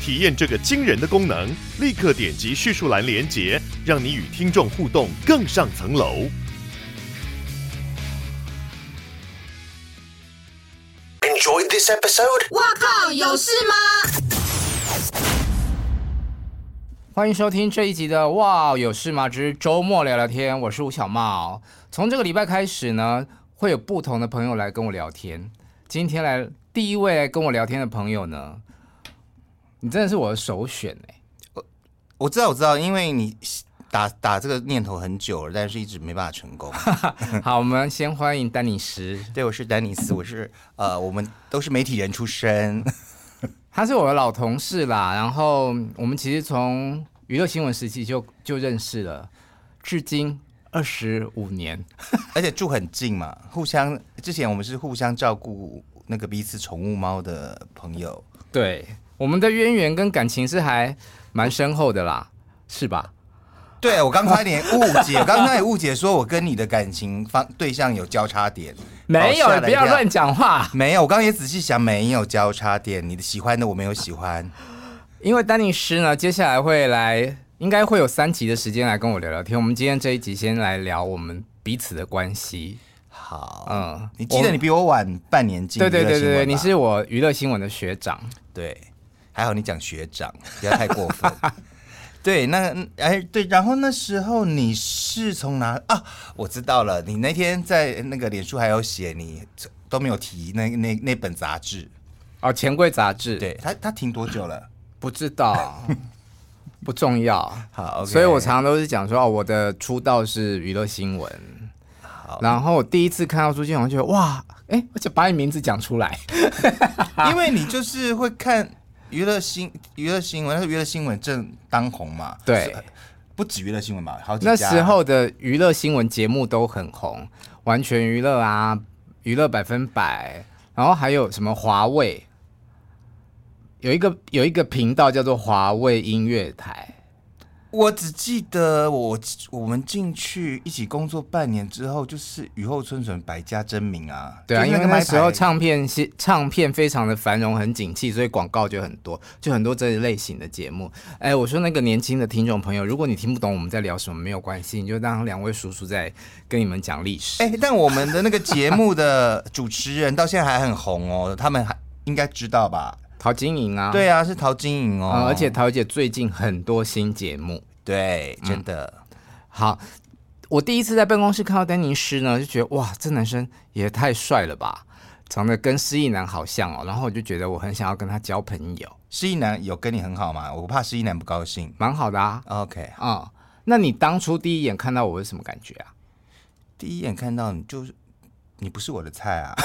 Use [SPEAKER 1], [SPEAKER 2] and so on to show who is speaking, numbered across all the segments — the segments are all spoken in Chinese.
[SPEAKER 1] 体验这个惊人的功能，立刻点击叙述栏连接，让你与听众互动更上层楼。
[SPEAKER 2] Enjoyed this episode?
[SPEAKER 3] 哇靠，有事吗？
[SPEAKER 4] 欢迎收听这一集的《哇有事吗之周末聊聊天》，我是吴小茂。从这个礼拜开始呢，会有不同的朋友来跟我聊天。今天来第一位来跟我聊天的朋友呢，你真的是我的首选哎、
[SPEAKER 5] 我知道，我知道，因为你打打这个念头很久了，但是一直没办法成 功。
[SPEAKER 4] 好，我们先欢迎丹尼斯，
[SPEAKER 5] 对，我是丹尼斯，我是呃，我们都是媒体人出身，
[SPEAKER 4] 他是我的老同事啦。然后我们其实从娱乐新闻时期就就认识了，至今二十五年。
[SPEAKER 5] 而且住很近嘛，互相之前我们是互相照顾那个彼此宠物猫的朋友，
[SPEAKER 4] 对，我们的渊源跟感情是还蛮深厚的啦，是吧？
[SPEAKER 5] 对我刚差点误解，我刚才也误解说我跟你的感情方对象有交叉点，
[SPEAKER 4] 没
[SPEAKER 5] 哦
[SPEAKER 4] 有，
[SPEAKER 5] 吓
[SPEAKER 4] 你
[SPEAKER 5] 了
[SPEAKER 4] 不
[SPEAKER 5] 一
[SPEAKER 4] 要
[SPEAKER 5] 跳
[SPEAKER 4] 乱讲话。
[SPEAKER 5] 没有，我刚刚也仔细想，没有交叉点，你的喜欢的我没有喜欢，
[SPEAKER 4] 因为丹尼斯呢，接下来会来，应该会有三集的时间来跟我聊聊天。我们今天这一集先来聊我们彼此的关系。
[SPEAKER 5] 好，
[SPEAKER 4] 嗯
[SPEAKER 5] 嗯，你记得你比我晚半年进
[SPEAKER 4] 对
[SPEAKER 5] 娱乐新
[SPEAKER 4] 对
[SPEAKER 5] 闻吧，
[SPEAKER 4] 对对对，你是我娱乐新闻的学长。
[SPEAKER 5] 对，还好你讲学长， 不要太过分。对，那哎对，然后那时候你是从哪啊？我知道了，你那天在那个脸书还有写，你都没有提那那那本杂志。
[SPEAKER 4] 哦，钱柜杂志，，
[SPEAKER 5] 对他，他停多 久了？
[SPEAKER 4] 不知 道，不重要。
[SPEAKER 5] 好，OK
[SPEAKER 4] 所以我常常都是讲说，哦，我的出道是娱乐新闻。
[SPEAKER 5] 好
[SPEAKER 4] 然后我第一次看到朱建宏，觉得哇，哎，而且把你名字讲出来，
[SPEAKER 5] 因为你就是会看娱乐新娱乐新闻，那时候娱乐新闻正当红嘛。
[SPEAKER 4] 对
[SPEAKER 5] 是，不止娱乐新闻嘛，好几家
[SPEAKER 4] 那时候的娱乐新闻节目都很红，完全娱乐啊，娱乐百分百，然后还有什么华为，有一个有一个频道叫做华为音乐台，
[SPEAKER 5] 我只记得我我们进去一起工作半年之后，就是雨后春笋百家争鸣啊。
[SPEAKER 4] 对啊，
[SPEAKER 5] 就是
[SPEAKER 4] 因为
[SPEAKER 5] 个
[SPEAKER 4] 那
[SPEAKER 5] 麦
[SPEAKER 4] 时候
[SPEAKER 5] 牌
[SPEAKER 4] 唱片是唱片非常的繁荣，很景气，所以广告就很多，就很多这一类型的节目。哎，我说那个年轻的听众朋友，如果你听不懂我们在聊什么，没有关系，你就当两位叔叔在跟你们讲历史。
[SPEAKER 5] 哎、但我们的那个节目的主持人到现在还很红哦， 他们还应该知道吧？
[SPEAKER 4] 陶晶莹啊，
[SPEAKER 5] 对啊，是陶晶莹哦、
[SPEAKER 4] 啊、而且嗯陶姐最近很多新节目。
[SPEAKER 5] 对，真的、
[SPEAKER 4] 好，我第一次在办公室看到丹尼斯呢，就觉得哇，这男生也太帅了吧，长得跟失忆男好像哦。然后我就觉得我很想要跟他交朋友，
[SPEAKER 5] 施一男有跟你很好吗？我怕施一男不高兴。
[SPEAKER 4] 蛮好的啊。
[SPEAKER 5] OK，
[SPEAKER 4] 啊、那你当初第一眼看到我是什么感觉啊？
[SPEAKER 5] 第一眼看到你就是你不是我的菜啊，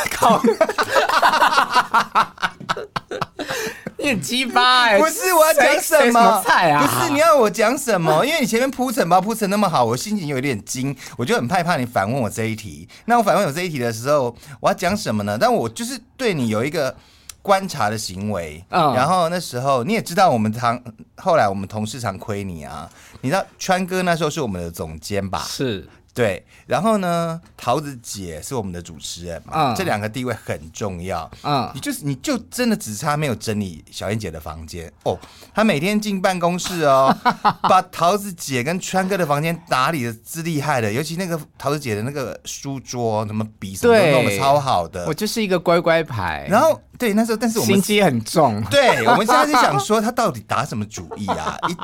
[SPEAKER 4] 你很鸡巴 哎
[SPEAKER 5] 不是我要讲
[SPEAKER 4] 谁谁
[SPEAKER 5] 什
[SPEAKER 4] 什
[SPEAKER 5] 么
[SPEAKER 4] 么菜啊？
[SPEAKER 5] 不是你要我讲什么？ 因为你前面铺陈吧铺陈那么好，我心情有点惊，我就很害怕你反问我这一题。那我反问我这一题的时候，我要讲什么呢？但我就是对你有一个观察的行为。
[SPEAKER 4] 嗯
[SPEAKER 5] 然后那时候你也知道，我们常后来我们同事常亏你啊。你知道川哥那时候是我们的总监吧？
[SPEAKER 4] 是
[SPEAKER 5] 对，然后呢，桃子姐是我们的主持人嘛，
[SPEAKER 4] 嗯
[SPEAKER 5] 这两个地位很重要。
[SPEAKER 4] 嗯
[SPEAKER 5] 你就是你就真的只差没有整理小燕姐的房间哦，她每天进办公 室哦，把桃子姐跟川哥的房间打理的之厉害的，尤其那个桃子姐的那个书桌，什么笔什么都
[SPEAKER 4] 对
[SPEAKER 5] 弄得超好的
[SPEAKER 4] 我。就是一个乖乖牌，
[SPEAKER 5] 然后对那时候，但是我
[SPEAKER 4] 心
[SPEAKER 5] 们
[SPEAKER 4] 机很重。
[SPEAKER 5] 对我们现在就想说，她到底打什么主意 啊？一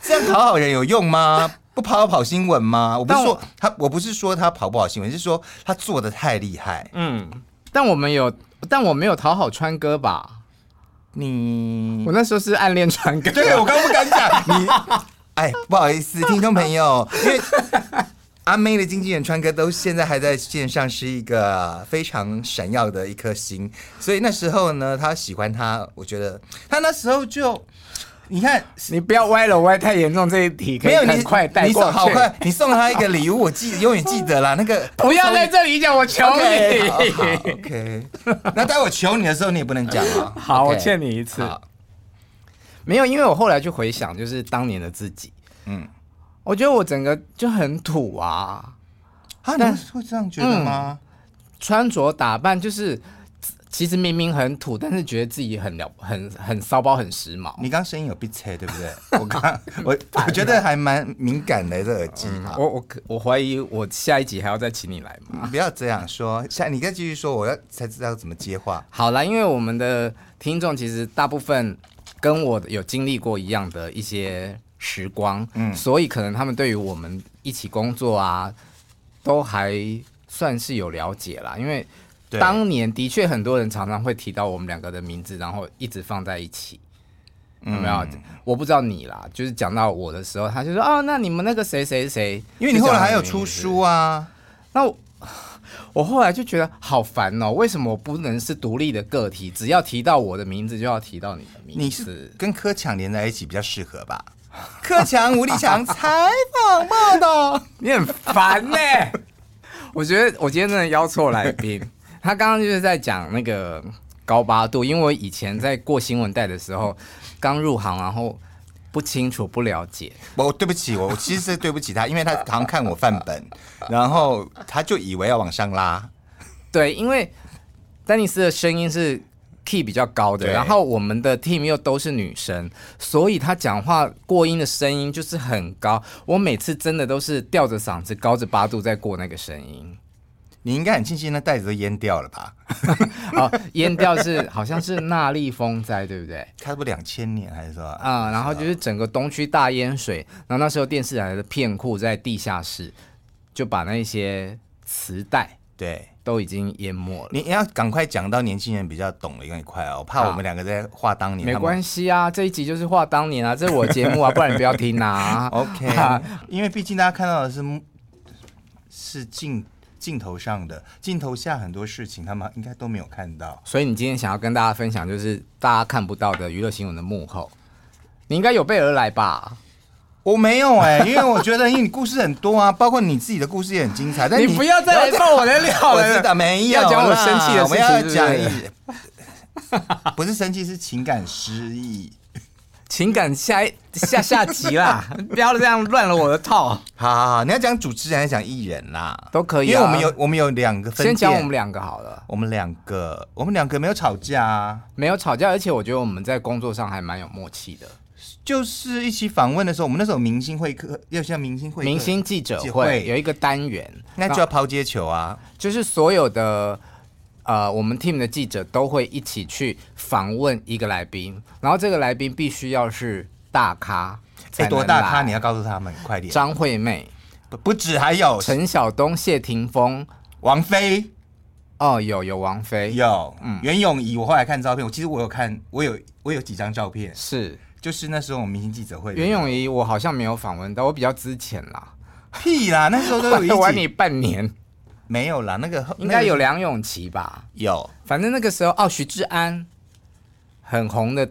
[SPEAKER 5] 这样讨好人有用吗？不跑跑新闻吗？我不是
[SPEAKER 4] 但我
[SPEAKER 5] 说她，我不是说她跑不好新闻，是说她做的太厉害。
[SPEAKER 4] 嗯但我们有，但我没有讨好川哥吧？
[SPEAKER 5] 你
[SPEAKER 4] 我那时候是暗恋川哥。
[SPEAKER 5] 对，我刚不敢讲你。哎，不好意思，听众朋友，因为阿妹的经纪人川哥都现在还在线上，是一个非常闪耀的一颗星。所以那时候呢，他喜欢他，我觉得他那时候就你看，
[SPEAKER 4] 你不要歪了，歪太严重，这一题可
[SPEAKER 5] 没
[SPEAKER 4] 以
[SPEAKER 5] 有
[SPEAKER 4] 很
[SPEAKER 5] 你
[SPEAKER 4] 快带
[SPEAKER 5] 你
[SPEAKER 4] 过
[SPEAKER 5] 送好
[SPEAKER 4] 去。
[SPEAKER 5] 快，你送了他一个礼物，我记永远记得啦。那个
[SPEAKER 4] 不要在这里讲，我求
[SPEAKER 5] OK，好好
[SPEAKER 4] 你。
[SPEAKER 5] OK，那待会求你的时候你也不能讲啊。
[SPEAKER 4] 好，我
[SPEAKER 5] OK
[SPEAKER 4] 欠你一次。
[SPEAKER 5] 好
[SPEAKER 4] 没有，因为我后来就回想，就是当年的自己，
[SPEAKER 5] 嗯，
[SPEAKER 4] 我觉得我整个就很土啊，
[SPEAKER 5] 啊，你会这样觉得吗？
[SPEAKER 4] 穿着打扮就是，其实明明很土，但是觉得自己很了很很骚包，很时髦。啊
[SPEAKER 5] 你刚刚声音有被切，对不 对？我刚 我我觉得还蛮敏感的这耳机啊。
[SPEAKER 4] 我我可我怀疑我下一集还要再请你来嘛？
[SPEAKER 5] 你不要这样说，下你再继续说，我要才知道怎么接话。
[SPEAKER 4] 好啦，因为我们的听众其实大部分跟我有经历过一样的一些时光，嗯，所以可能他们对于我们一起工作啊，都还算是有了解啦。因为
[SPEAKER 5] 对
[SPEAKER 4] 当年的确很多人常常会提到我们两个的名字，然后一直放在一起。有
[SPEAKER 5] 嗯
[SPEAKER 4] 没有？我不知道你啦，就是讲到我的时候，他就说哦，那你们那个谁谁谁，
[SPEAKER 5] 因为你后来还有
[SPEAKER 4] 就讲到你的
[SPEAKER 5] 出
[SPEAKER 4] 名字
[SPEAKER 5] 书啊，
[SPEAKER 4] 那我我后来就觉得好烦哦，为什么我不能是独立的个体？只要提到我的名字，就要提到你的名字。
[SPEAKER 5] 你是跟柯强连在一起比较适合 吧？柯强、吴立强 采访报道，
[SPEAKER 4] 你很烦呢、我觉得我今天真的邀错来宾，他刚刚就是在讲那个高八度，因为我以前在过新闻带的时候，刚入行，然后不清楚不了解，
[SPEAKER 5] 我对不起，我我其实是对不起他，因为他好像看我范 本，然后他就以为要往上拉，
[SPEAKER 4] 对，因为丹尼斯的声音是 key 比较高的，
[SPEAKER 5] 对
[SPEAKER 4] 然后我们的 team 又都是女生，所以她讲话过音的声音就是很高。我每次真的都是吊着嗓子高着八度在过那个声音，
[SPEAKER 5] 你应该很庆幸那袋子都淹掉了吧？
[SPEAKER 4] 哦，淹掉是好像是那莉风灾，对不对？
[SPEAKER 5] 差不多两千年还是说啊？
[SPEAKER 4] 啊、然后就是整个东区大淹水，然后那时候电视台的片库在地下室，就把那些磁带
[SPEAKER 5] 对。
[SPEAKER 4] 都已经淹没了。
[SPEAKER 5] 你要赶快讲到年轻人比较懂的一块哦，我怕
[SPEAKER 4] 好
[SPEAKER 5] 我们两个在话当年。
[SPEAKER 4] 没关
[SPEAKER 5] 系。
[SPEAKER 4] 系啊，这一集就是话当年啊，这是我节目啊，不然你不要听啊
[SPEAKER 5] ，OK，
[SPEAKER 4] 啊
[SPEAKER 5] 因为毕竟大家看到的是是镜镜头上的，镜头下很多事情他们应该都没有看到。
[SPEAKER 4] 所以你今天想要跟大家分享，就是大家看不到的娱乐新闻的幕后，你应该有备而来吧？
[SPEAKER 5] 我没有哎、 因为我觉得因为你故事很多啊，包括你自己的故事也很精彩。但
[SPEAKER 4] 你
[SPEAKER 5] 你
[SPEAKER 4] 不要再来爆我的料
[SPEAKER 5] 我
[SPEAKER 4] 了，
[SPEAKER 5] 知道没有啦，啊
[SPEAKER 4] 要讲我生气的
[SPEAKER 5] 我们
[SPEAKER 4] 事情
[SPEAKER 5] 要
[SPEAKER 4] 是不是
[SPEAKER 5] 讲一， 不是生气，是情感失意。
[SPEAKER 4] 情感下一下下集啦， 不要这样乱了我的套。
[SPEAKER 5] 好好好，你要讲主持人还是讲艺人啦？
[SPEAKER 4] 都可以啊
[SPEAKER 5] 因为我们有我们有两个 分
[SPEAKER 4] 先
[SPEAKER 5] 店，
[SPEAKER 4] 讲我们两个好了，
[SPEAKER 5] 我们两个，我们两个没有吵架啊，
[SPEAKER 4] 没有吵架，而且我觉得我们在工作上还蛮有默契的。
[SPEAKER 5] 就是一起访问的时候，我们那时候明星会客，要像明星会客
[SPEAKER 4] 明星记者
[SPEAKER 5] 记者
[SPEAKER 4] 会
[SPEAKER 5] 会
[SPEAKER 4] 有一个单元，
[SPEAKER 5] 那就要抛接球啊，
[SPEAKER 4] 就是所有的呃，我们 team 的记者都会一起去访问一个来宾，然后这个来宾必须要是大咖，
[SPEAKER 5] 哎，
[SPEAKER 4] 才
[SPEAKER 5] 多
[SPEAKER 4] 能
[SPEAKER 5] 大咖？
[SPEAKER 4] 来
[SPEAKER 5] 你要告诉他们，快点。
[SPEAKER 4] 张惠妹、
[SPEAKER 5] 不不止，还有
[SPEAKER 4] 陈晓东、谢霆锋，
[SPEAKER 5] 王菲，
[SPEAKER 4] 哦，有有王菲，
[SPEAKER 5] 有
[SPEAKER 4] 嗯
[SPEAKER 5] 袁咏仪。我后来看照片，我其实我有看，我有我有几张照片，
[SPEAKER 4] 是
[SPEAKER 5] 就是那时候我们明星记者会的。
[SPEAKER 4] 袁咏仪，我好像没有访问到，我比较之前 啦，
[SPEAKER 5] 屁啦，那时候都有一
[SPEAKER 4] 我玩
[SPEAKER 5] 起
[SPEAKER 4] 你半 年，
[SPEAKER 5] 没有啦，那个
[SPEAKER 4] 应该有
[SPEAKER 5] 那个
[SPEAKER 4] 梁咏琪吧？
[SPEAKER 5] 有
[SPEAKER 4] 反正那个时候，哦，许志安很红的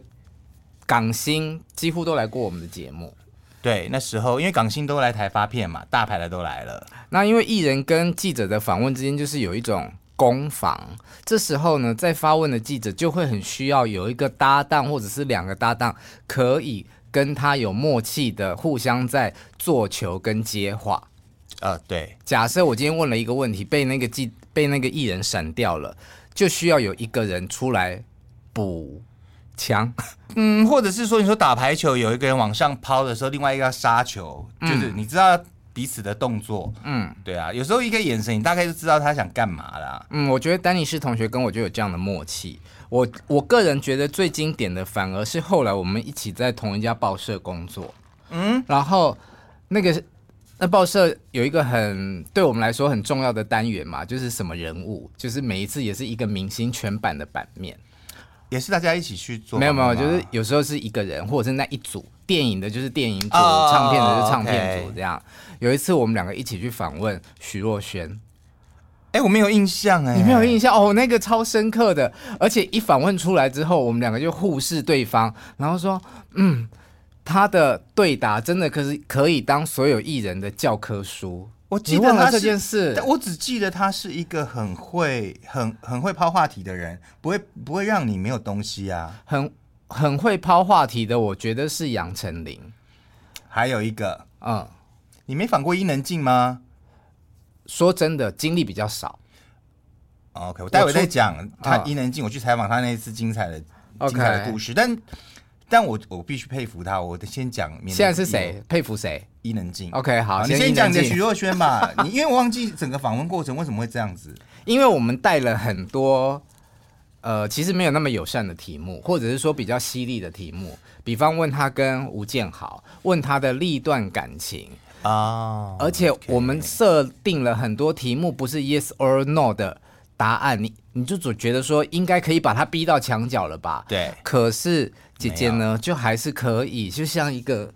[SPEAKER 4] 港星，几乎都来过我们的节目。
[SPEAKER 5] 对，那时候因为港星都来台发片嘛，大牌的都来了。
[SPEAKER 4] 那因为艺人跟记者的访问之间就是有一种攻防，这时候呢，在发问的记者就会很需要有一个搭档或者是两个搭档，可以跟他有默契的互相在做球跟接话。
[SPEAKER 5] 呃，对，
[SPEAKER 4] 假设我今天问了一个问题，被那个记被那个艺人闪掉了，就需要有一个人出来补枪。
[SPEAKER 5] 嗯，或者是说，你说打排球有一个人往上抛的时候，另外一个要杀球，就是你知道彼此的动作。
[SPEAKER 4] 嗯
[SPEAKER 5] 对啊，有时候一个眼神，你大概就知道他想干嘛啦。
[SPEAKER 4] 嗯，我觉得丹尼斯同学跟我就有这样的默契。我我个人觉得最经典的反而是后来我们一起在同一家报社工作，嗯，然后那个那报社有一个很对我们来说很重要的单元嘛，就是什么人物，就是每一次也是一个明星全版的版面，
[SPEAKER 5] 也是大家一起去做
[SPEAKER 4] 没
[SPEAKER 5] 吗。
[SPEAKER 4] 有没有，就是有时候是一个人或者是那一组，电影的就是电影组，
[SPEAKER 5] 哦
[SPEAKER 4] 唱片的就是
[SPEAKER 5] 哦
[SPEAKER 4] 唱片组
[SPEAKER 5] OK
[SPEAKER 4] 这样。有一次我们两个一起去访问徐若瑄，
[SPEAKER 5] 哎、我没有印象哎、
[SPEAKER 4] 你没有印象哦，那个超深刻的，而且一访问出来之后，我们两个就互视对方，然后说，嗯，他的对答真的可是可以当所有艺人的教科书。
[SPEAKER 5] 我记
[SPEAKER 4] 你
[SPEAKER 5] 得
[SPEAKER 4] 忘了
[SPEAKER 5] 他
[SPEAKER 4] 这
[SPEAKER 5] 是
[SPEAKER 4] 件事
[SPEAKER 5] 但我只记得他是一个很会、很很会抛话题的人，不会不会让你没有东西啊。
[SPEAKER 4] 很很会抛话题的，我觉得是杨丞琳。
[SPEAKER 5] 还有一个，
[SPEAKER 4] 嗯，
[SPEAKER 5] 你没访过伊能静吗
[SPEAKER 4] 说真的，经历比较少。
[SPEAKER 5] 哦？OK，我待会
[SPEAKER 4] 出
[SPEAKER 5] 再讲他
[SPEAKER 4] 啊
[SPEAKER 5] 伊能静，我去采访他那一次精彩的
[SPEAKER 4] OK
[SPEAKER 5] 精彩的故事，但但我我必须佩服他，我得先讲。免得
[SPEAKER 4] 现在是谁？佩服谁
[SPEAKER 5] 伊能静。
[SPEAKER 4] ？OK，好，
[SPEAKER 5] 你先讲你的
[SPEAKER 4] 一
[SPEAKER 5] 徐若瑄吧， 你因为我忘记整个访问过程为什么会这样子。
[SPEAKER 4] 因为我们带了很多，呃，其实没有那么友善的题目，或者是说比较犀利的题目，比方问他跟吴建豪，问他的历段感情，
[SPEAKER 5] 啊
[SPEAKER 4] 而且哦我们设定了很多题目不是 yes or no 的答案，你你就总觉得说应该可以把他逼到墙角了吧？
[SPEAKER 5] 对
[SPEAKER 4] 可是姐姐呢，就还是可以，就像一个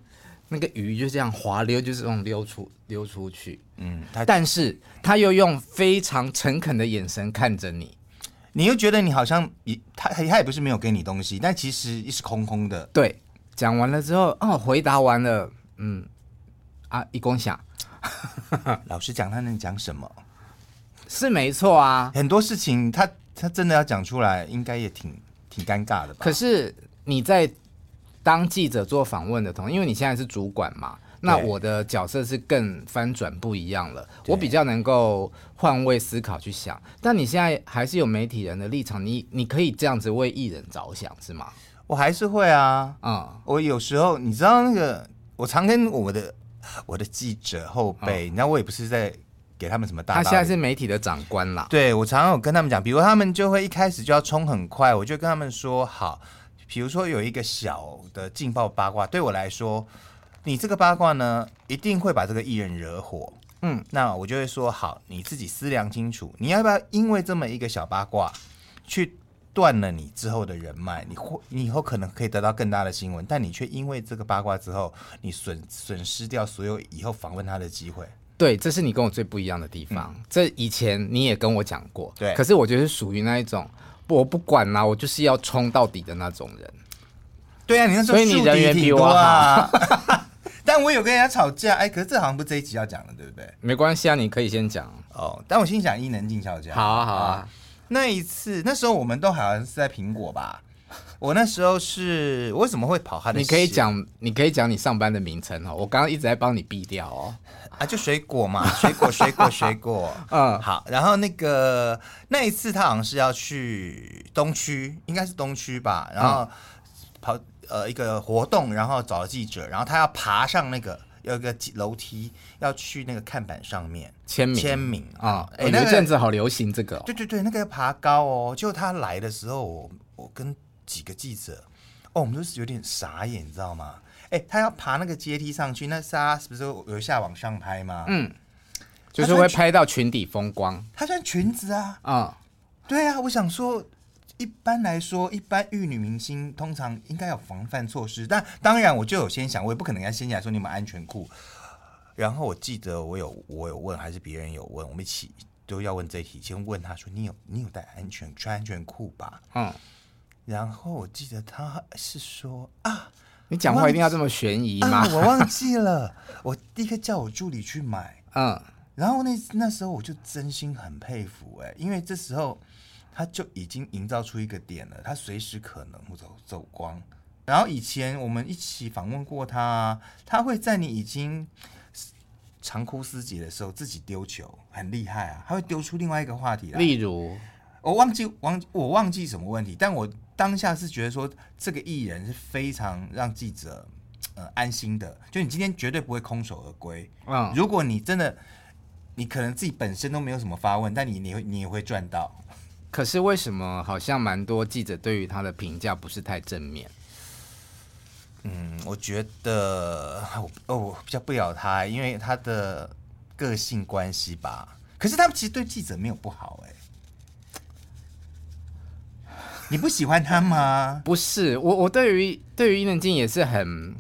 [SPEAKER 4] 那个鱼就这样滑溜，就是这种溜出溜出去。
[SPEAKER 5] 嗯，他
[SPEAKER 4] 但是他又用非常诚恳的眼神看着你，
[SPEAKER 5] 你又觉得你好像也他他也不是没有给你东西，但其实是空空的。
[SPEAKER 4] 对，讲完了之后，哦，回答完了，嗯，啊，一共想
[SPEAKER 5] 老实讲，他能讲什么？
[SPEAKER 4] 是没错啊，
[SPEAKER 5] 很多事情他他真的要讲出来，应该也挺挺尴尬的吧？
[SPEAKER 4] 可是你在当记者做访问的同，因为你现在是主管嘛，那我的角色是更翻转不一样了，我比较能够换位思考去想。但你现在还是有媒体人的立场，你你可以这样子为艺人着想是吗？
[SPEAKER 5] 我还是会啊，
[SPEAKER 4] 嗯，
[SPEAKER 5] 我有时候你知道那个，我常跟我的我的记者后辈，那、我也不是在给他们什么大道
[SPEAKER 4] 哦他
[SPEAKER 5] 理。
[SPEAKER 4] 现在是媒体的长官啦，
[SPEAKER 5] 对我常常有跟他们讲，比如他们就会一开始就要冲很快，我就跟他们说好，比如说有一个小的劲爆八卦，对我来说，你这个八卦呢，一定会把这个艺人惹火。
[SPEAKER 4] 嗯，
[SPEAKER 5] 那我就会说好，你自己思量清楚，你要不要因为这么一个小八卦，去断了你之后的人脉，你或你以后可能可以得到更大的新闻，但你却因为这个八卦之后，你损损失掉所有以后访问他的机会。
[SPEAKER 4] 对，这是你跟我最不一样的地方。这以前你也跟我讲过，
[SPEAKER 5] 对
[SPEAKER 4] 可是我觉得是属于那一种，我不管啦、我就是要冲到底的那种人。
[SPEAKER 5] 对啊，你那时候
[SPEAKER 4] 所以你
[SPEAKER 5] 树敌
[SPEAKER 4] 人缘
[SPEAKER 5] 挺
[SPEAKER 4] 比我
[SPEAKER 5] 多啊。 但我有跟人家吵架，哎，可是这好像不是这一集要讲的，对不对？
[SPEAKER 4] 没关系啊，你可以先讲。
[SPEAKER 5] 哦，但我心想伊能静吵架。
[SPEAKER 4] 好啊，好啊，
[SPEAKER 5] 那一次，那时候我们都好像是在苹果吧。我那时候是，我为什么会跑他的？
[SPEAKER 4] 你可以讲，你可以讲你上班的名称哦。我刚刚一直在帮你避掉哦。
[SPEAKER 5] 啊，就水果嘛， 水果，水果，水 果。
[SPEAKER 4] 嗯
[SPEAKER 5] 好。然后那个那一次，他好像是要去东区，应该是东区吧。然
[SPEAKER 4] 啊
[SPEAKER 5] 后跑呃一个活动，然后找了记者，然后他要爬上那个有一个楼梯，要去那个看板上面
[SPEAKER 4] 签名
[SPEAKER 5] 签名
[SPEAKER 4] 啊，
[SPEAKER 5] 哎
[SPEAKER 4] 有一
[SPEAKER 5] 那个
[SPEAKER 4] 阵子好流行这个、哦。
[SPEAKER 5] 对对对，那个要爬高哦。就他来的时候，我我跟几个记者，哦，我们都是有点傻眼，你知道吗？哎，他要爬那个阶梯上去，那是他是不是由下往上拍吗？
[SPEAKER 4] 嗯，就是会拍到裙底风光
[SPEAKER 5] 她穿裙子啊，
[SPEAKER 4] 啊、
[SPEAKER 5] 对啊，我想说，一般来说，一般玉女明星通常应该有防范措施，但当然我就有先想，我也不可能要先讲说你们安全裤。然后我记得我有我有问，还是别人有问，我们一起都要问这一题，先问他说你有你有戴安全穿安全裤吧？
[SPEAKER 4] 嗯，
[SPEAKER 5] 然后我记得他是说啊
[SPEAKER 4] 你讲话一定要这么悬疑吗
[SPEAKER 5] 啊，？我忘记了，我立刻叫我助理去买。
[SPEAKER 4] 嗯，
[SPEAKER 5] 然后那那时候我就真心很佩服哎、因为这时候他就已经营造出一个点了，他随时可能会走走光。然后以前我们一起访问过他啊，他会在你已经长哭思竭的时候自己丢球，很厉害啊，他会丢出另外一个话题来。
[SPEAKER 4] 例如，
[SPEAKER 5] 我忘记忘我忘记什么问题，但我当下是觉得说这个艺人是非常让记者呃安心的，就你今天绝对不会空手而归。
[SPEAKER 4] 嗯，
[SPEAKER 5] 如果你真的，你可能自己本身都没有什么发问，但你你会你也会赚到。
[SPEAKER 4] 可是为什么好像蛮多记者对于他的评价不是太正面？
[SPEAKER 5] 嗯，我觉得我哦，我比较不了他，因为他的个性关系吧。可是他其实对记者没有不好 哎、你不喜欢他吗？
[SPEAKER 4] 不是我，我对于对于伊能静也是很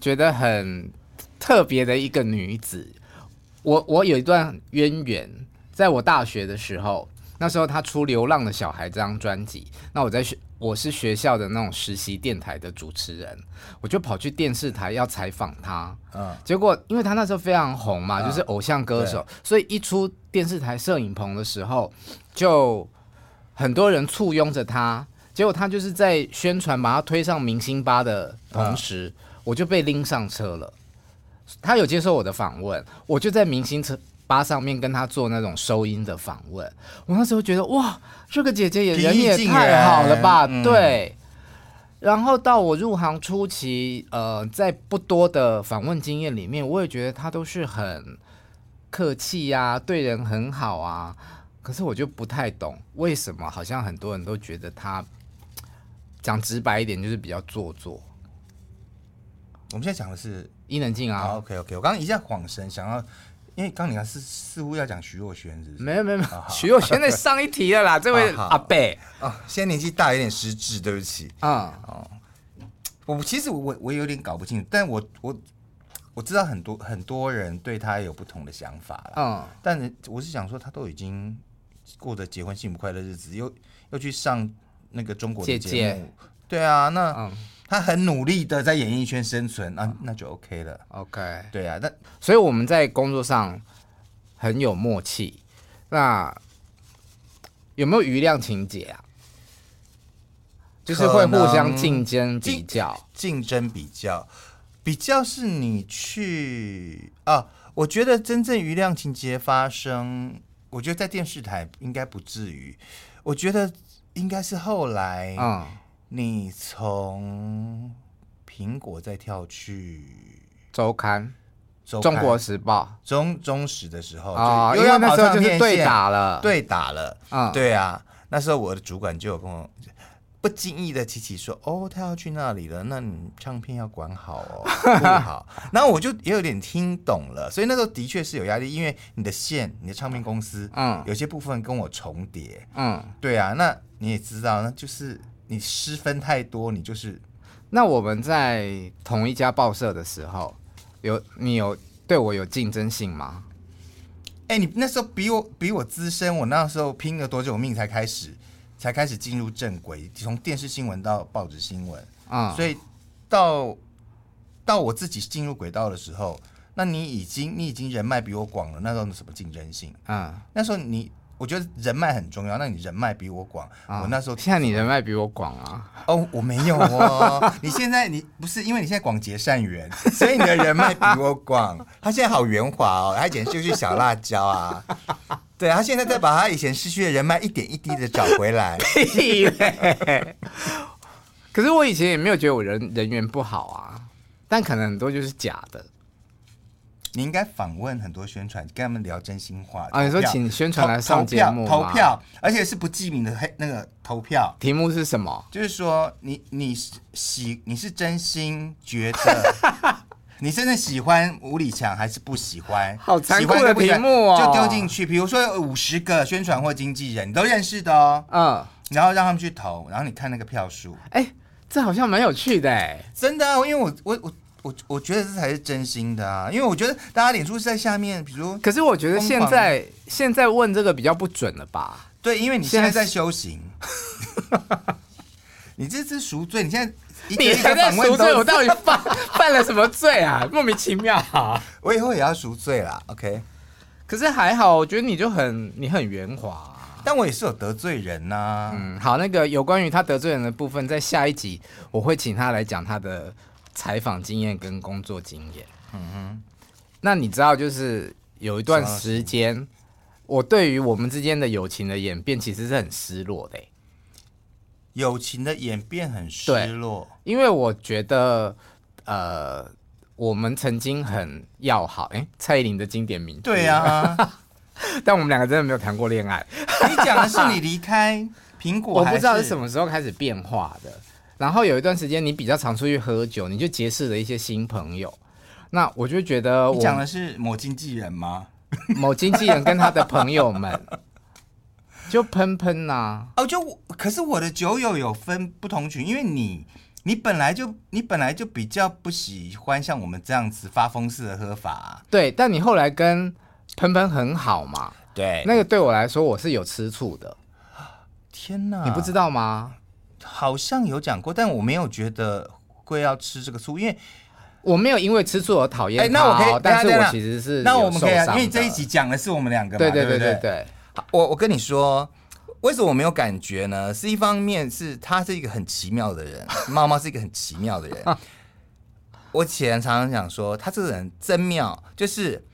[SPEAKER 4] 觉得很特别的一个女子。我我有一段渊源，在我大学的时候，那时候他出《流浪的小孩》这张专辑，那我在学我是学校的那种实习电台的主持人，我就跑去电视台要采访他。
[SPEAKER 5] 嗯
[SPEAKER 4] 结果因为他那时候非常红嘛，就是偶像歌手，所以一出电视台摄影棚的时候，就很多人簇拥着他。结果他就是在宣传把他推上明星吧的同时，我就被拎上车了。他有接受我的访问，我就在明星车吧上面跟他做那种收音的访问。我那时候觉得哇，这个姐姐也
[SPEAKER 5] 平
[SPEAKER 4] 人
[SPEAKER 5] 易
[SPEAKER 4] 也
[SPEAKER 5] 近
[SPEAKER 4] 太
[SPEAKER 5] 人
[SPEAKER 4] 好了吧，
[SPEAKER 5] 嗯
[SPEAKER 4] 对。然后到我入行初期，呃，在不多的访问经验里面，我也觉得他都是很客气呀、对人很好啊。可是我就不太懂为什么，好像很多人都觉得他讲直白一点就是比较做作。
[SPEAKER 5] 我们现在讲的是
[SPEAKER 4] 伊能静
[SPEAKER 5] 啊
[SPEAKER 4] 啊，
[SPEAKER 5] ，OK OK，我刚刚一下恍神想要，因为刚刚你看似似乎要讲徐若瑄是不是？
[SPEAKER 4] 没有没有没有，徐若瑄在上一题 了啦，这位
[SPEAKER 5] 好好
[SPEAKER 4] 阿贝
[SPEAKER 5] 哦，现在年纪大有点失智，对不起。
[SPEAKER 4] 啊、
[SPEAKER 5] 我其实我我有点搞不清楚，但我我我知道很多很多人对他有不同的想法啦。
[SPEAKER 4] 嗯
[SPEAKER 5] 但是我是想说，他都已经过着结婚幸福快乐日子，又又去上那个中国
[SPEAKER 4] 姐
[SPEAKER 5] 的节目，
[SPEAKER 4] 姐
[SPEAKER 5] 对啊，那、
[SPEAKER 4] 嗯
[SPEAKER 5] 他很努力的在演艺圈生存啊，那就 OK 了。
[SPEAKER 4] ，OK。
[SPEAKER 5] 对啊，但
[SPEAKER 4] 所以我们在工作上很有默契。那有没有余量情节啊？就是会互相竞争比较，
[SPEAKER 5] 竞争比较，比较是你去啊，我觉得真正余量情节发生，我觉得在电视台应该不至于，我觉得应该是后来，
[SPEAKER 4] 嗯，
[SPEAKER 5] 你从苹果再跳去
[SPEAKER 4] 周刊
[SPEAKER 5] 周
[SPEAKER 4] 《
[SPEAKER 5] 刊
[SPEAKER 4] 中国时报
[SPEAKER 5] 中中时的时候》
[SPEAKER 4] 啊，
[SPEAKER 5] 哦就
[SPEAKER 4] 因
[SPEAKER 5] 又
[SPEAKER 4] 为
[SPEAKER 5] 要
[SPEAKER 4] 那
[SPEAKER 5] 跑
[SPEAKER 4] 时候
[SPEAKER 5] 上
[SPEAKER 4] 就是
[SPEAKER 5] 电
[SPEAKER 4] 对
[SPEAKER 5] 线
[SPEAKER 4] 打了，，
[SPEAKER 5] 对打了，
[SPEAKER 4] 嗯
[SPEAKER 5] 对啊，那时候我的主管就有跟我不经意的提起说，哦，他要去那里了，那你唱片要管好哦，不好。然后我就也有点听懂了，所以那时候的确是有压力，因为你的线，你的唱片公司，
[SPEAKER 4] 嗯
[SPEAKER 5] 有些部分跟我重叠，
[SPEAKER 4] 嗯。
[SPEAKER 5] 对啊，那你也知道，那就是你失分太多，你就是
[SPEAKER 4] 那我们在同一家报社的时候，有你有对我有竞争性吗？
[SPEAKER 5] 哎、你那时候比我比我资深，我那时候拼了多久命才开始，才开始进入正轨，从电视新闻到报纸新闻，
[SPEAKER 4] 嗯，
[SPEAKER 5] 所以到到我自己进入轨道的时候，那你已经你已经人脉比我广了，那时候有什么竞争性？
[SPEAKER 4] 嗯，
[SPEAKER 5] 那时候你我觉得人脉很重要，那你人脉比我广，
[SPEAKER 4] 啊
[SPEAKER 5] 我那时候
[SPEAKER 4] 现在你人脉比我广 啊，
[SPEAKER 5] 哦，我没有哦。你现在你不是因为你现在广结善缘，所以你的人脉比我广。他现在好圆滑哦，他以前就是小辣椒啊。对，他现在在把他以前失去的人脉一点一滴的找回来。
[SPEAKER 4] 屁嘞！可是我以前也没有觉得我人人缘不好啊，但可能很多就是假的
[SPEAKER 5] 你应该访问很多宣传，跟他们聊真心话
[SPEAKER 4] 啊你说
[SPEAKER 5] 投票
[SPEAKER 4] 请宣传来上
[SPEAKER 5] 投
[SPEAKER 4] 节目
[SPEAKER 5] 投票
[SPEAKER 4] 吗
[SPEAKER 5] 投票，而且是不记名的黑那个投票，
[SPEAKER 4] 题目是什么？
[SPEAKER 5] 就是说你你是喜你是真心觉得 你真的喜欢吴理强还是不喜欢？
[SPEAKER 4] 好残
[SPEAKER 5] 喜欢
[SPEAKER 4] 酷的
[SPEAKER 5] 跟不喜欢
[SPEAKER 4] 题目哦
[SPEAKER 5] 就丢进去。比如说五十个宣传或经纪人，你都认识的哦，
[SPEAKER 4] 嗯，
[SPEAKER 5] 然后让他们去投，然后你看那个票数，
[SPEAKER 4] 哎、这好像蛮有趣的哎、
[SPEAKER 5] 真的、啊，因为我我我我我觉得这才是真心的啊，因为我觉得大家脸书是在下面，比如
[SPEAKER 4] 可是我觉得现
[SPEAKER 5] 疯
[SPEAKER 4] 在现在问这个比较不准了吧？
[SPEAKER 5] 对，因为你
[SPEAKER 4] 现
[SPEAKER 5] 现
[SPEAKER 4] 在
[SPEAKER 5] 在在修行， 你这是赎罪，你现在一 个
[SPEAKER 4] 你
[SPEAKER 5] 一
[SPEAKER 4] 还
[SPEAKER 5] 个
[SPEAKER 4] 在
[SPEAKER 5] 访问
[SPEAKER 4] 赎罪，我
[SPEAKER 5] 都，
[SPEAKER 4] 到底犯犯了什么罪啊？ 莫名其妙、啊。
[SPEAKER 5] 我以后也要赎罪啦，OK。
[SPEAKER 4] 可是还好，我觉得你就很你很圆滑啊、
[SPEAKER 5] 但我也是有得罪人呐、
[SPEAKER 4] 嗯，好，那个有关于他得罪人的部分，在下一集我会请他来讲他的采访经验跟工作经验。嗯哼，那你知道，就是有一段时间，我对于我们之间的友情的演变，其实是很失落的欸、
[SPEAKER 5] 友情的演变很失
[SPEAKER 4] 对
[SPEAKER 5] 落，
[SPEAKER 4] 因为我觉得，呃，我们曾经很要好，哎、蔡依林的经典名句，
[SPEAKER 5] 对，啊，
[SPEAKER 4] 但我们两个真的没有谈过恋爱。
[SPEAKER 5] 你讲的是你离开苹果，
[SPEAKER 4] 我不知道
[SPEAKER 5] 还
[SPEAKER 4] 是
[SPEAKER 5] 是
[SPEAKER 4] 什。么时候开始变化的。然后有一段时间，你比较常出去喝酒，你就结识了一些新朋友。那我就觉得
[SPEAKER 5] 你讲
[SPEAKER 4] 我
[SPEAKER 5] 的是某经纪人吗？
[SPEAKER 4] 某经纪人跟他的朋友 们就喷喷呐、
[SPEAKER 5] 哦，就我可是我的酒友有分不同群，因为你你本来就你本来就比较不喜欢像我们这样子发疯式的喝法啊、
[SPEAKER 4] 对，但你后来跟喷喷很好嘛？
[SPEAKER 5] 对，
[SPEAKER 4] 那个对我来说我是有吃醋的，
[SPEAKER 5] 天哪，
[SPEAKER 4] 你不知道吗？
[SPEAKER 5] 好像有讲过，但我没有觉得会要吃这个醋，因为
[SPEAKER 4] 我没有因为吃醋而讨厌
[SPEAKER 5] 哎，
[SPEAKER 4] 他
[SPEAKER 5] 那我可
[SPEAKER 4] 哦
[SPEAKER 5] 以，
[SPEAKER 4] 但是
[SPEAKER 5] 等一
[SPEAKER 4] 我
[SPEAKER 5] 下
[SPEAKER 4] 其实是
[SPEAKER 5] 那我
[SPEAKER 4] 有
[SPEAKER 5] 们
[SPEAKER 4] 受
[SPEAKER 5] 可以啊，
[SPEAKER 4] 伤
[SPEAKER 5] 因为
[SPEAKER 4] 的
[SPEAKER 5] 这一集讲的是我们两个嘛，
[SPEAKER 4] 对
[SPEAKER 5] 对
[SPEAKER 4] 对
[SPEAKER 5] 不
[SPEAKER 4] 对对，
[SPEAKER 5] 我我跟你说，为什么我没有感觉呢？是一方面是他是一个很奇妙的人，猫猫是一个很奇妙 的人。我以前常常讲说，他这个人真妙，就是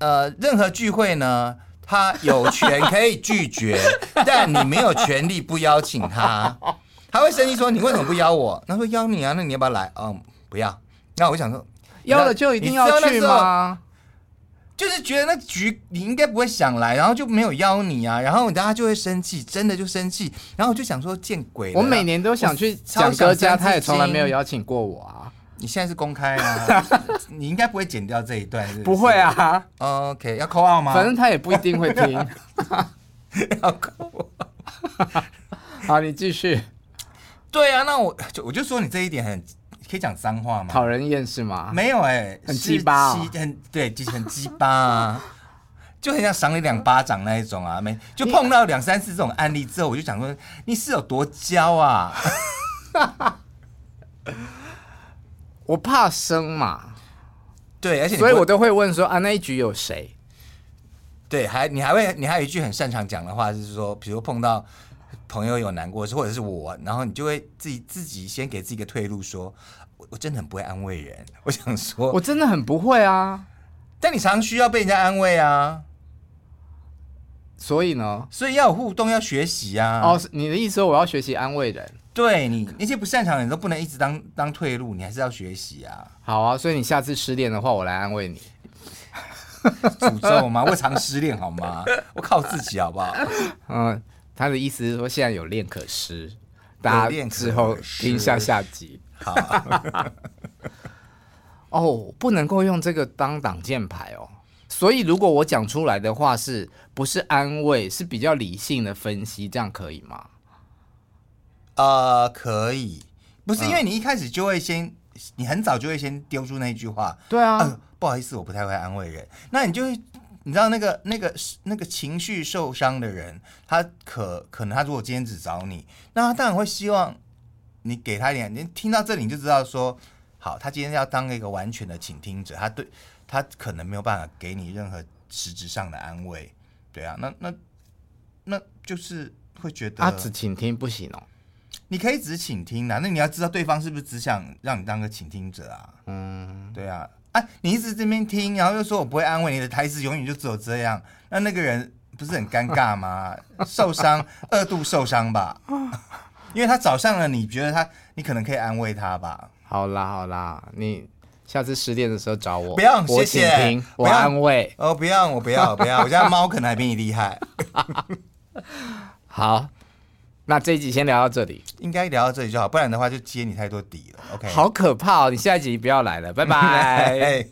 [SPEAKER 5] 呃，任何聚会呢，他有权可以拒绝，但你没有权利不邀请他。他会生气说：“你为什么不邀我？”他说：“邀你啊，那你要不要来？”嗯，不要。那我想说，
[SPEAKER 4] 要了就一定要
[SPEAKER 5] 你知道
[SPEAKER 4] 去
[SPEAKER 5] 那时候
[SPEAKER 4] 吗？
[SPEAKER 5] 就是觉得那局你应该不会想来，然后就没有邀你啊，然后大家就会生气，真的就生气。然后我就想说，见鬼了！
[SPEAKER 4] 我每年都想去
[SPEAKER 5] 超想
[SPEAKER 4] 蒋哥家，
[SPEAKER 5] 三只
[SPEAKER 4] 他也从来没有
[SPEAKER 5] 金
[SPEAKER 4] 邀请过我啊，
[SPEAKER 5] 你现在是公 开啊，你应该不会剪掉这一段是不是
[SPEAKER 4] 不会。啊，
[SPEAKER 5] OK，要扣二吗？
[SPEAKER 4] 反正他也不一定会听。
[SPEAKER 5] 要扣。
[SPEAKER 4] 好，你继续，
[SPEAKER 5] 对啊，那我就我就说你这一点很可以讲脏话吗？
[SPEAKER 4] 讨人厌是吗？
[SPEAKER 5] 没有哎、
[SPEAKER 4] 很
[SPEAKER 5] 是
[SPEAKER 4] 鸡巴哦
[SPEAKER 5] 鸡很对，就是很鸡巴啊， 就很想赏你两巴掌那一种啊，没就碰到两三次这种案例之后，我就想说你是有多娇啊？
[SPEAKER 4] 我怕生 嘛，
[SPEAKER 5] 对，而且你
[SPEAKER 4] 所以
[SPEAKER 5] 不
[SPEAKER 4] 我都会问说啊，那一局有谁？
[SPEAKER 5] 对，还你还会你还有一句很擅长讲的话，就是说，比如碰到朋友有难过的事，或者是我，然后你就会自己自己先给自己一个退路，说，我我真的很不会安慰人。我想
[SPEAKER 4] 我
[SPEAKER 5] 说，
[SPEAKER 4] 真的很不会啊，
[SPEAKER 5] 但你常需要被人家安慰啊，
[SPEAKER 4] 所以呢，
[SPEAKER 5] 所以要有互动，要学习啊。
[SPEAKER 4] 哦，，是你的意思说我要学习安慰人？
[SPEAKER 5] 对你那些不擅长的人都不能一直当当退路，你还是要学习啊。
[SPEAKER 4] 好啊，所以你下次失恋的话，我来安慰你。
[SPEAKER 5] 诅 咒吗？我常失恋好吗？我靠自己好不好？
[SPEAKER 4] 嗯，他的意思是说现在有恋可失，大
[SPEAKER 5] 恋
[SPEAKER 4] 家
[SPEAKER 5] 可
[SPEAKER 4] 之后
[SPEAKER 5] 失
[SPEAKER 4] 听一下下集。
[SPEAKER 5] 好，
[SPEAKER 4] 哦，不能够用这个当挡箭牌哦。所以如果我讲出来的话是，不是安慰，是比较理性的分析，这样可以吗？
[SPEAKER 5] 呃，可以，不是因为你一开始就会先，你很早就会先丢出那句话，
[SPEAKER 4] 对啊，
[SPEAKER 5] 啊、不好意思，我不太会安慰人。那你就会，你知道那个那个那个情绪受伤的人，他可可能他如果今天只找你，那他当然会希望你给他一点。你听到这里你就知道说，好，他今天要当一个完全的倾听者，他对他可能没有办法给你任何实质上的安慰。对啊，那那那就是会觉得
[SPEAKER 4] 啊，只请听不行哦。
[SPEAKER 5] 你可以只倾听啊啦，那你要知道对方是不是只想让你当个倾听者啊？嗯，对啊，啊，你一直这边听，然后又说我不会安慰你的台词，永远就只有这样，那那个人不是很尴尬吗？ 受伤，二度受伤吧，因为他找上了你，觉得他你可能可以安慰他吧？
[SPEAKER 4] 好啦好啦，你下次失恋的时候找我，
[SPEAKER 5] 不用
[SPEAKER 4] 我
[SPEAKER 5] 谢
[SPEAKER 4] 请
[SPEAKER 5] 谢
[SPEAKER 4] 听，
[SPEAKER 5] 不
[SPEAKER 4] 我
[SPEAKER 5] 用
[SPEAKER 4] 安慰。
[SPEAKER 5] 哦，不要，我不要，我 不要，我家猫可能还比你厉害，
[SPEAKER 4] 好，那这一集先聊到这里，
[SPEAKER 5] 应该聊到这里就好，不然的话就揭你太多底了。OK，
[SPEAKER 4] 好可怕哦！你下一集不要来了，拜拜。
[SPEAKER 5] 哎。